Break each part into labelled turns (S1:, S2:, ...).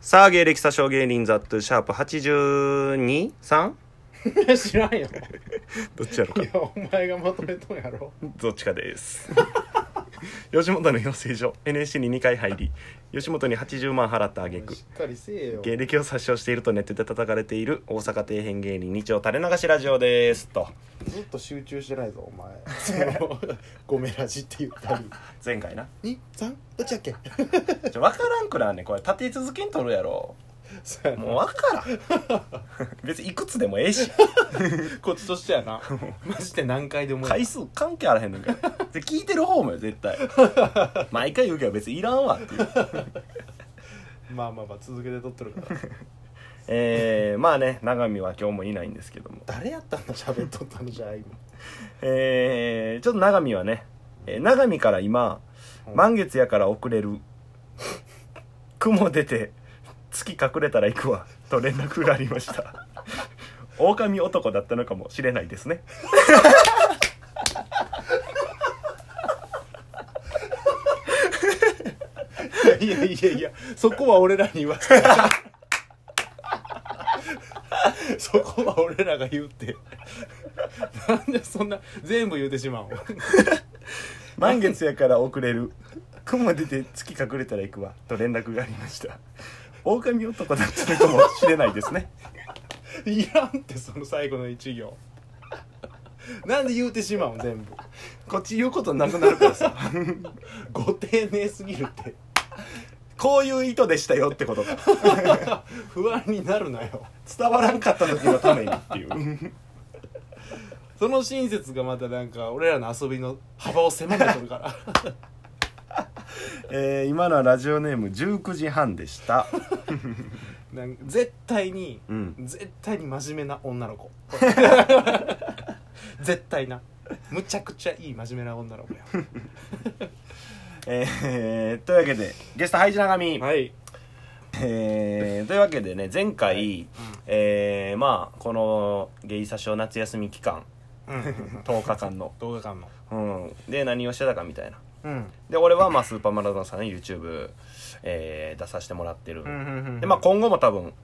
S1: さあ、芸歴詐称芸人ザットゥシャープ 82?3?
S2: 知らんよ
S1: どっちやろう
S2: い
S1: か
S2: や。お前がまとめとんやろ
S1: どっちかです。 吉本の養成所、NSC に2回入り、吉本に80万払った挙句
S2: しっかりせえよ
S1: 芸歴を詐称しているとネットで叩かれている大阪底辺芸人日曜垂れ流しラジオです。と、
S2: ずっと集中してないぞお前そのごめラジって言った り
S1: 前回な。
S2: 二三どっちだっけ
S1: ちょ、わからんくなんねんこれ立て続けに取るやろ。
S2: そうやな
S1: もうわからん。 別にいくつでもええし、
S2: こっちとしてやなマジで何回でも
S1: 回数関係あらへんのかで聞いてる方もよ、絶対。毎回言うけど別にいらんわっていう。
S2: まあまあまあ続けて撮ってるから
S1: えー、まあね、永見は今日もいないんですけども。
S2: 誰やったんだ喋っとったのじゃあ今
S1: えー、ちょっと永見はね、えー永見から今、
S2: うん
S1: 満月やから遅れる。雲出て、月隠れたら行くわ。と連絡がありました。狼男だったのかもしれないですね。
S2: いやいやいやそこは俺らに言わせ てそこは俺らが言うってなんでそんな全部言うてしまうん
S1: 満月やから遅れる。雲出て月隠れたら行くわ。と連絡がありました。狼男だったのかもしれないですね。
S2: いらんってその最後の一行 なんで言うてしまうん全部
S1: こっち言うことなくなるからさ。
S2: ご丁寧すぎるって
S1: こういう意図でしたよってことか。
S2: 不安になるなよ
S1: 伝わらんかった時のためにっていう。
S2: その親切がまたなんか俺らの遊びの幅を狭めてるから
S1: えー、今のはラジオネーム19時半でした。
S2: なんか絶対に、
S1: うん
S2: 絶対に真面目な女の子 絶対なむちゃくちゃいい真面目な女の子や
S1: えー、というわけでゲストハイジ長見、
S2: はい
S1: えー、というわけでね前回、えー、まあこのゲイサショ夏休み期間10日間 の、
S2: 動画館
S1: う
S2: の
S1: ん、で何をしてたかみたいな
S2: うん
S1: で俺はまあスーパーマラドーナさんの YouTube、えー、出させてもらってる、で
S2: で
S1: まあ今後も多分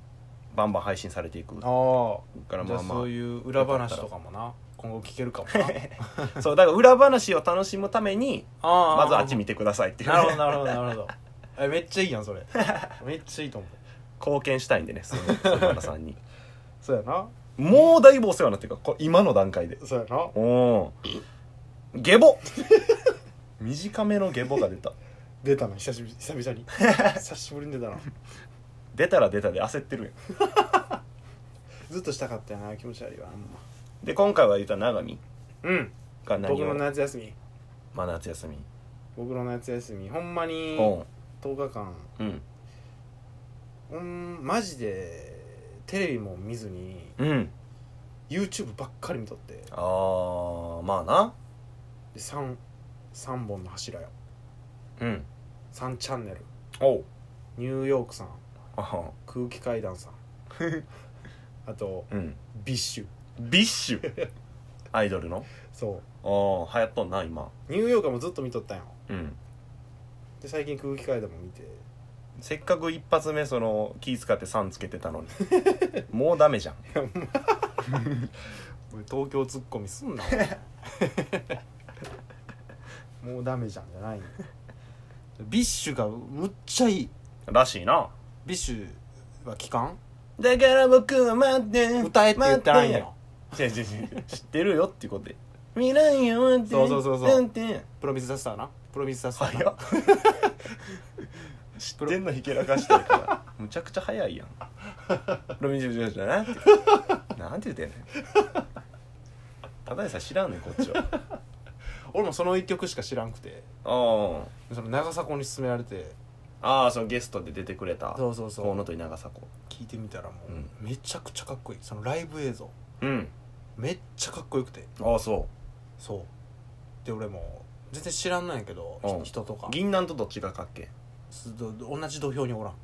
S1: バンバン配信されていく
S2: あー
S1: から
S2: じゃ
S1: ま
S2: あ
S1: あま
S2: そういう裏話とかもな今後聞けるかもな
S1: あそうだから裏話を楽しむために
S2: あ
S1: まずあっち見
S2: て
S1: てくださいっていう、
S2: なるほど
S1: ね、
S2: なるほどなるほ どえめっちゃいいやんそれめっちゃいいと思う
S1: 貢献したいんでねスーパーマラドーナさんに
S2: そうやな
S1: もうだいぶお世話になってるからこれ今の段階で
S2: そうやな
S1: おんゲボ短めのゲボが出た
S2: 出たな久しぶり久々 に久しぶりに出たな
S1: 出たら出たで焦ってるやん
S2: ずっとしたかったよな気持ち悪いわ
S1: で今回は言った永見
S2: うん
S1: が何
S2: 僕の
S1: を、
S2: 夏休み
S1: まあ、夏休み
S2: 僕の夏休みほんまに
S1: お
S2: 10日間
S1: うんうん
S2: うんマジでテレビも見ずに
S1: うん
S2: YouTube ばっかり見とってで
S1: あーまあな
S2: 3, 三本の柱よ
S1: うん
S2: 3チャンネル
S1: おう
S2: ニューヨークさん
S1: あは
S2: 空気階段 さんあと
S1: うん
S2: ビッシュ
S1: ビッシュアイドルの
S2: そ
S1: ああ流行っとんな今
S2: うニューヨークもずっと見とったんよ
S1: うん
S2: で最近空気階段も見て
S1: せっかく一発目その気使って3つけてたのにもうダメじゃん
S2: 東京ツッコミすんな もうダメじゃんじゃないよビッシュがむっちゃいい
S1: らしいな
S2: ビッシュは期間
S1: だから僕は待って
S2: 歌えって言ってないんよ
S1: 違う違う違う知ってるよっていうことで未来よ待って
S2: そうそうそうそう
S1: なんて
S2: プロミスザスターなプロミスザスター
S1: 早
S2: な
S1: っ知ってんのひけらかしてるからむちゃくちゃ早いやんプロミジュージュなんてなんて言うてんねんただでさえ知らんねんこっちは
S2: 俺もその一曲しか知らんくて
S1: あ
S2: その長迫に勧められて
S1: ああーそのゲストで出てくれた
S2: そうそうそう
S1: 河野と長迫
S2: 聞いてみたらもう、
S1: うん
S2: めちゃくちゃかっこいいそのライブ映像
S1: うん
S2: めっちゃかっこよくて
S1: ああそ
S2: そうで俺も全然知らんなんやけど
S1: うん
S2: 人とか
S1: う銀杏とどっちがかっけ
S2: すど同じ土俵におらん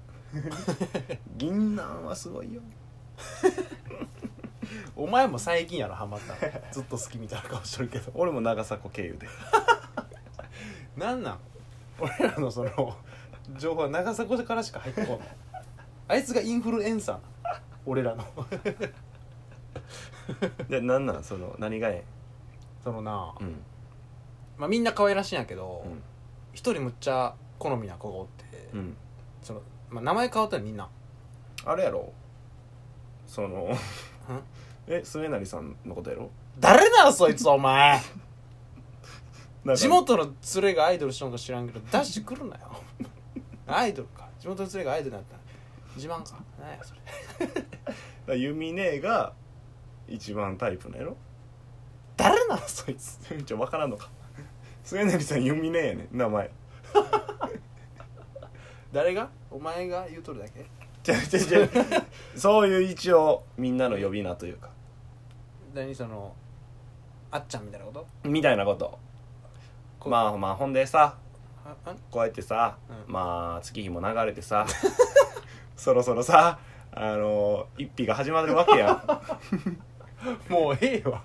S1: 銀杏はすごいよ
S2: お前も最近やろハマったのずっと好きみたいな顔してるけ ど
S1: 俺も長迫経由で
S2: なんなん俺らのその情報は長迫からしか入ってこないあいつがインフルエンサー俺らの
S1: でなんなんその何がえ
S2: そのな、
S1: えん
S2: まあ、みんな可愛らしいんやけど
S1: うん
S2: 一、人むっちゃ好みな子がおって、
S1: うん
S2: そのまあ、名前変わったらみんな
S1: あれやろその
S2: ん
S1: え末成さんのことやろ
S2: 誰だよそいつお前
S1: なんか
S2: 地元の連れがアイドルしとんか知らんけどダッシュ来るなよアイドルか地元の連れがアイドルだったら自慢か何やそれ
S1: だからユミ姉が一番タイプなんやろ
S2: 誰なのそいつ
S1: ちょ分からん のか末成さんユミ姉やねん名前
S2: 誰がお前が言うとるだけ
S1: ちゃちゃちゃ そういう一応みんなの呼び名というか
S2: 何そのあっちゃんみたいなこと
S1: みたいなこと
S2: こ
S1: まあまあほんでさ
S2: ああ
S1: こうやってさ、
S2: うん
S1: まあ月日も流れて さそろそろさあの一匹が始まるわけ や
S2: もうええわ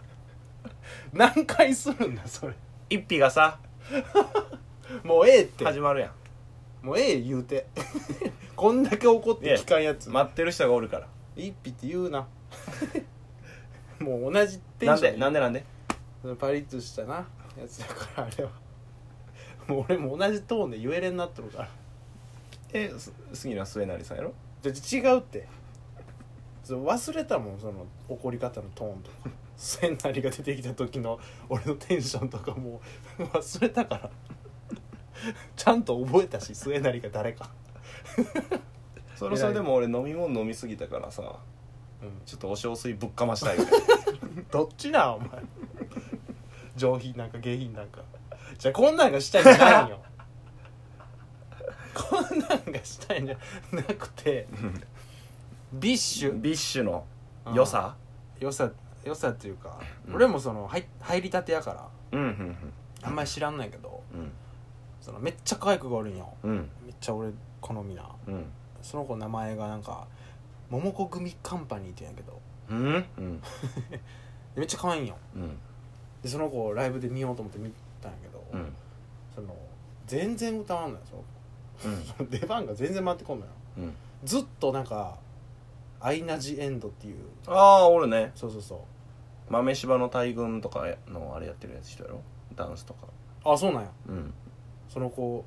S2: 何回するんだそれ
S1: ん一匹がさ
S2: もうええって
S1: 始まるやん
S2: もうええ言うて こんだけ怒って聞かんやつ
S1: 待ってる人がおるから
S2: 一匹って言うな もう同じテ
S1: な
S2: ン
S1: ん
S2: ショ
S1: で
S2: ン
S1: なんでなんで
S2: そのパリッとしたなやつだからあれはもう俺も同じトーンで言えれんなっとるから
S1: えす杉野末成さんやろ
S2: じゃ違うってその忘れたもんその怒り方のトーンとか千成が出てきた時の俺のテンションとかもう忘れたからちゃんと覚えたし末成が誰か、
S1: そろそろでも俺飲み物飲みすぎたからさ
S2: うん、
S1: ちょっとお小水ぶっかましたいみ たい
S2: どっちなんお前上品なんか下品なんかじゃあこんなんがしたいんじゃないんよこんなんがしたいんじゃなくてビッシ
S1: な
S2: ュ
S1: ビッシュの良さ
S2: 良さ良さっていうか、
S1: うん
S2: 俺もその入入りたてやから
S1: うんうん
S2: あんまり知らんないけど
S1: うん
S2: そのめっちゃ可愛く子がおるんよ
S1: うん
S2: めっちゃ俺好みな
S1: うん
S2: その子の名前がなんか桃子組カンパニーって言うんやけど
S1: うんうん
S2: でめっちゃ可愛いんよ
S1: うん
S2: でその子をライブで見ようと思って見たんやけど、
S1: うん
S2: その全然歌わんのよその子 出番が全然回ってこんのよ
S1: うん
S2: ずっとなんか「アイナ・ジ・エンド」っていう
S1: ああおるね
S2: そうそうそう
S1: 豆柴の大群とかのあれやってるやつ人やろダンスとか
S2: あそうなんや
S1: うん
S2: その子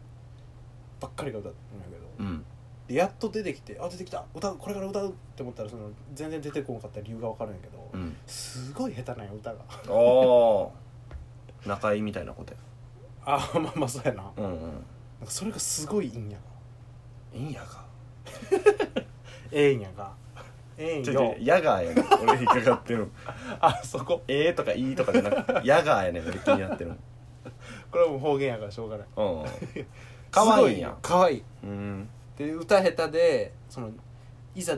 S2: ばっかりが歌うんやけど、
S1: うん
S2: でやっと出てきてあ出てきた歌うこれから歌うって思ったらその全然出てこなかった理由が分かるんやけど、
S1: うん
S2: すごい下手なんよ歌が
S1: ああ 中居みたいなことや
S2: あまあまあそうやななん
S1: う
S2: か
S1: んうん
S2: それがすごいいいんやが
S1: いいんやか
S2: ええんやがええん
S1: ちょちょ
S2: よ
S1: やがやねん俺引っかかってる
S2: あそこ
S1: ええとかいいとかじゃなくてやがやねん俺気になって る
S2: これはもう方言やからしょうがない
S1: うんかわいいんや
S2: すごかわいい
S1: うん
S2: で歌下手でそのいざ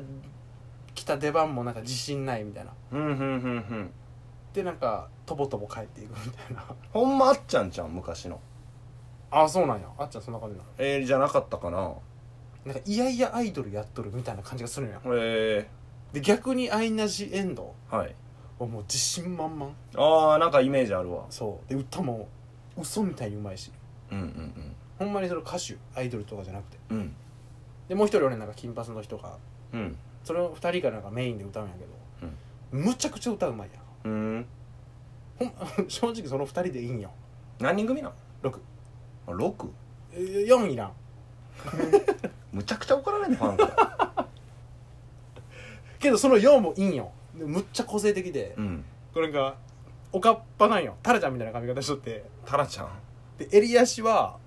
S2: 来た出番もなんか自信ないみたいな
S1: うんうんうんうん
S2: でなんかとぼとぼ帰っていくみたいな
S1: ほんまあっちゃんちゃん昔の
S2: あそうなんやあっちゃんそんな感じなの
S1: えー、じゃなかったかな
S2: なんかいやいやアイドルやっとるみたいな感じがするんや
S1: え
S2: で逆にアイナ・ジ・エンド
S1: ー、はい
S2: はもう自信満々
S1: ああなんかイメージあるわ
S2: そうで歌も嘘みたいにうまいし
S1: うんうん
S2: ほんまにその歌手アイドルとかじゃなくて
S1: うんうん
S2: でもう一人俺なんか金髪の人が
S1: うん
S2: それを二人がなんかメインで歌うんやけど、むちゃくちゃ歌うまいやん
S1: うん
S2: ほん 正直その二人でいいんよ
S1: 何人組なの
S2: 6
S1: あ六
S2: 4いらん
S1: むちゃくちゃ怒られんねファンから
S2: けどその4もいいんよでむっちゃ個性的で、
S1: うん
S2: これがおかっぱなんよタラちゃんみたいな髪型しとって
S1: タラちゃん
S2: で襟足は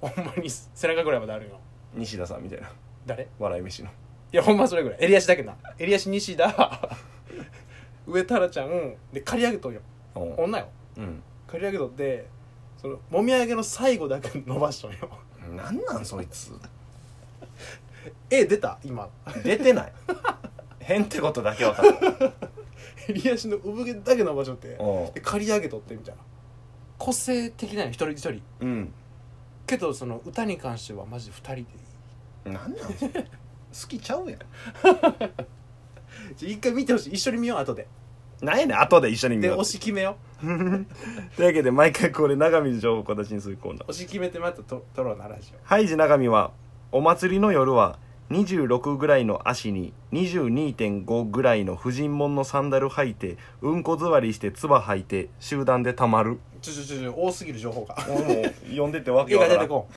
S2: ほんまに背中ぐらいまであるんよ
S1: 西田さんみたいな
S2: 誰
S1: 笑い飯の
S2: いやほんまそれぐらい襟足だけな襟足 西田上タラちゃんで刈り上げとんよ
S1: う
S2: 女よ
S1: ん
S2: 刈り上げとってそのもみあげの最後だけ伸ばしとんよ
S1: うんなんなんそいつ
S2: え出た今
S1: 出てない 変ってことだけ分かる
S2: 襟足の産毛だけ伸ばしとって
S1: う
S2: で刈り上げとってみたいな個性的なの一人一人
S1: ん
S2: けどその歌に関してはマジで2人でいい
S1: うんなんなんそれ好きちゃうやん
S2: ちょ一回見てほしい一緒に見よう後で
S1: なんやねん後で一緒に見
S2: で
S1: よ
S2: 推
S1: う
S2: し決めよ
S1: というわけで毎回これ長見の情報を形にするコーナー
S2: う推し決めてまたと撮ろうなラジオ
S1: ハイジ長見はお祭りの夜は26ぐらいの足に22.5ぐらいの婦人門のサンダル履いてうんこ座りして唾吐いて集団でたまる
S2: ちょちょちょちょ多すぎる情報が
S1: もう読んでてわ
S2: 絵が出てこん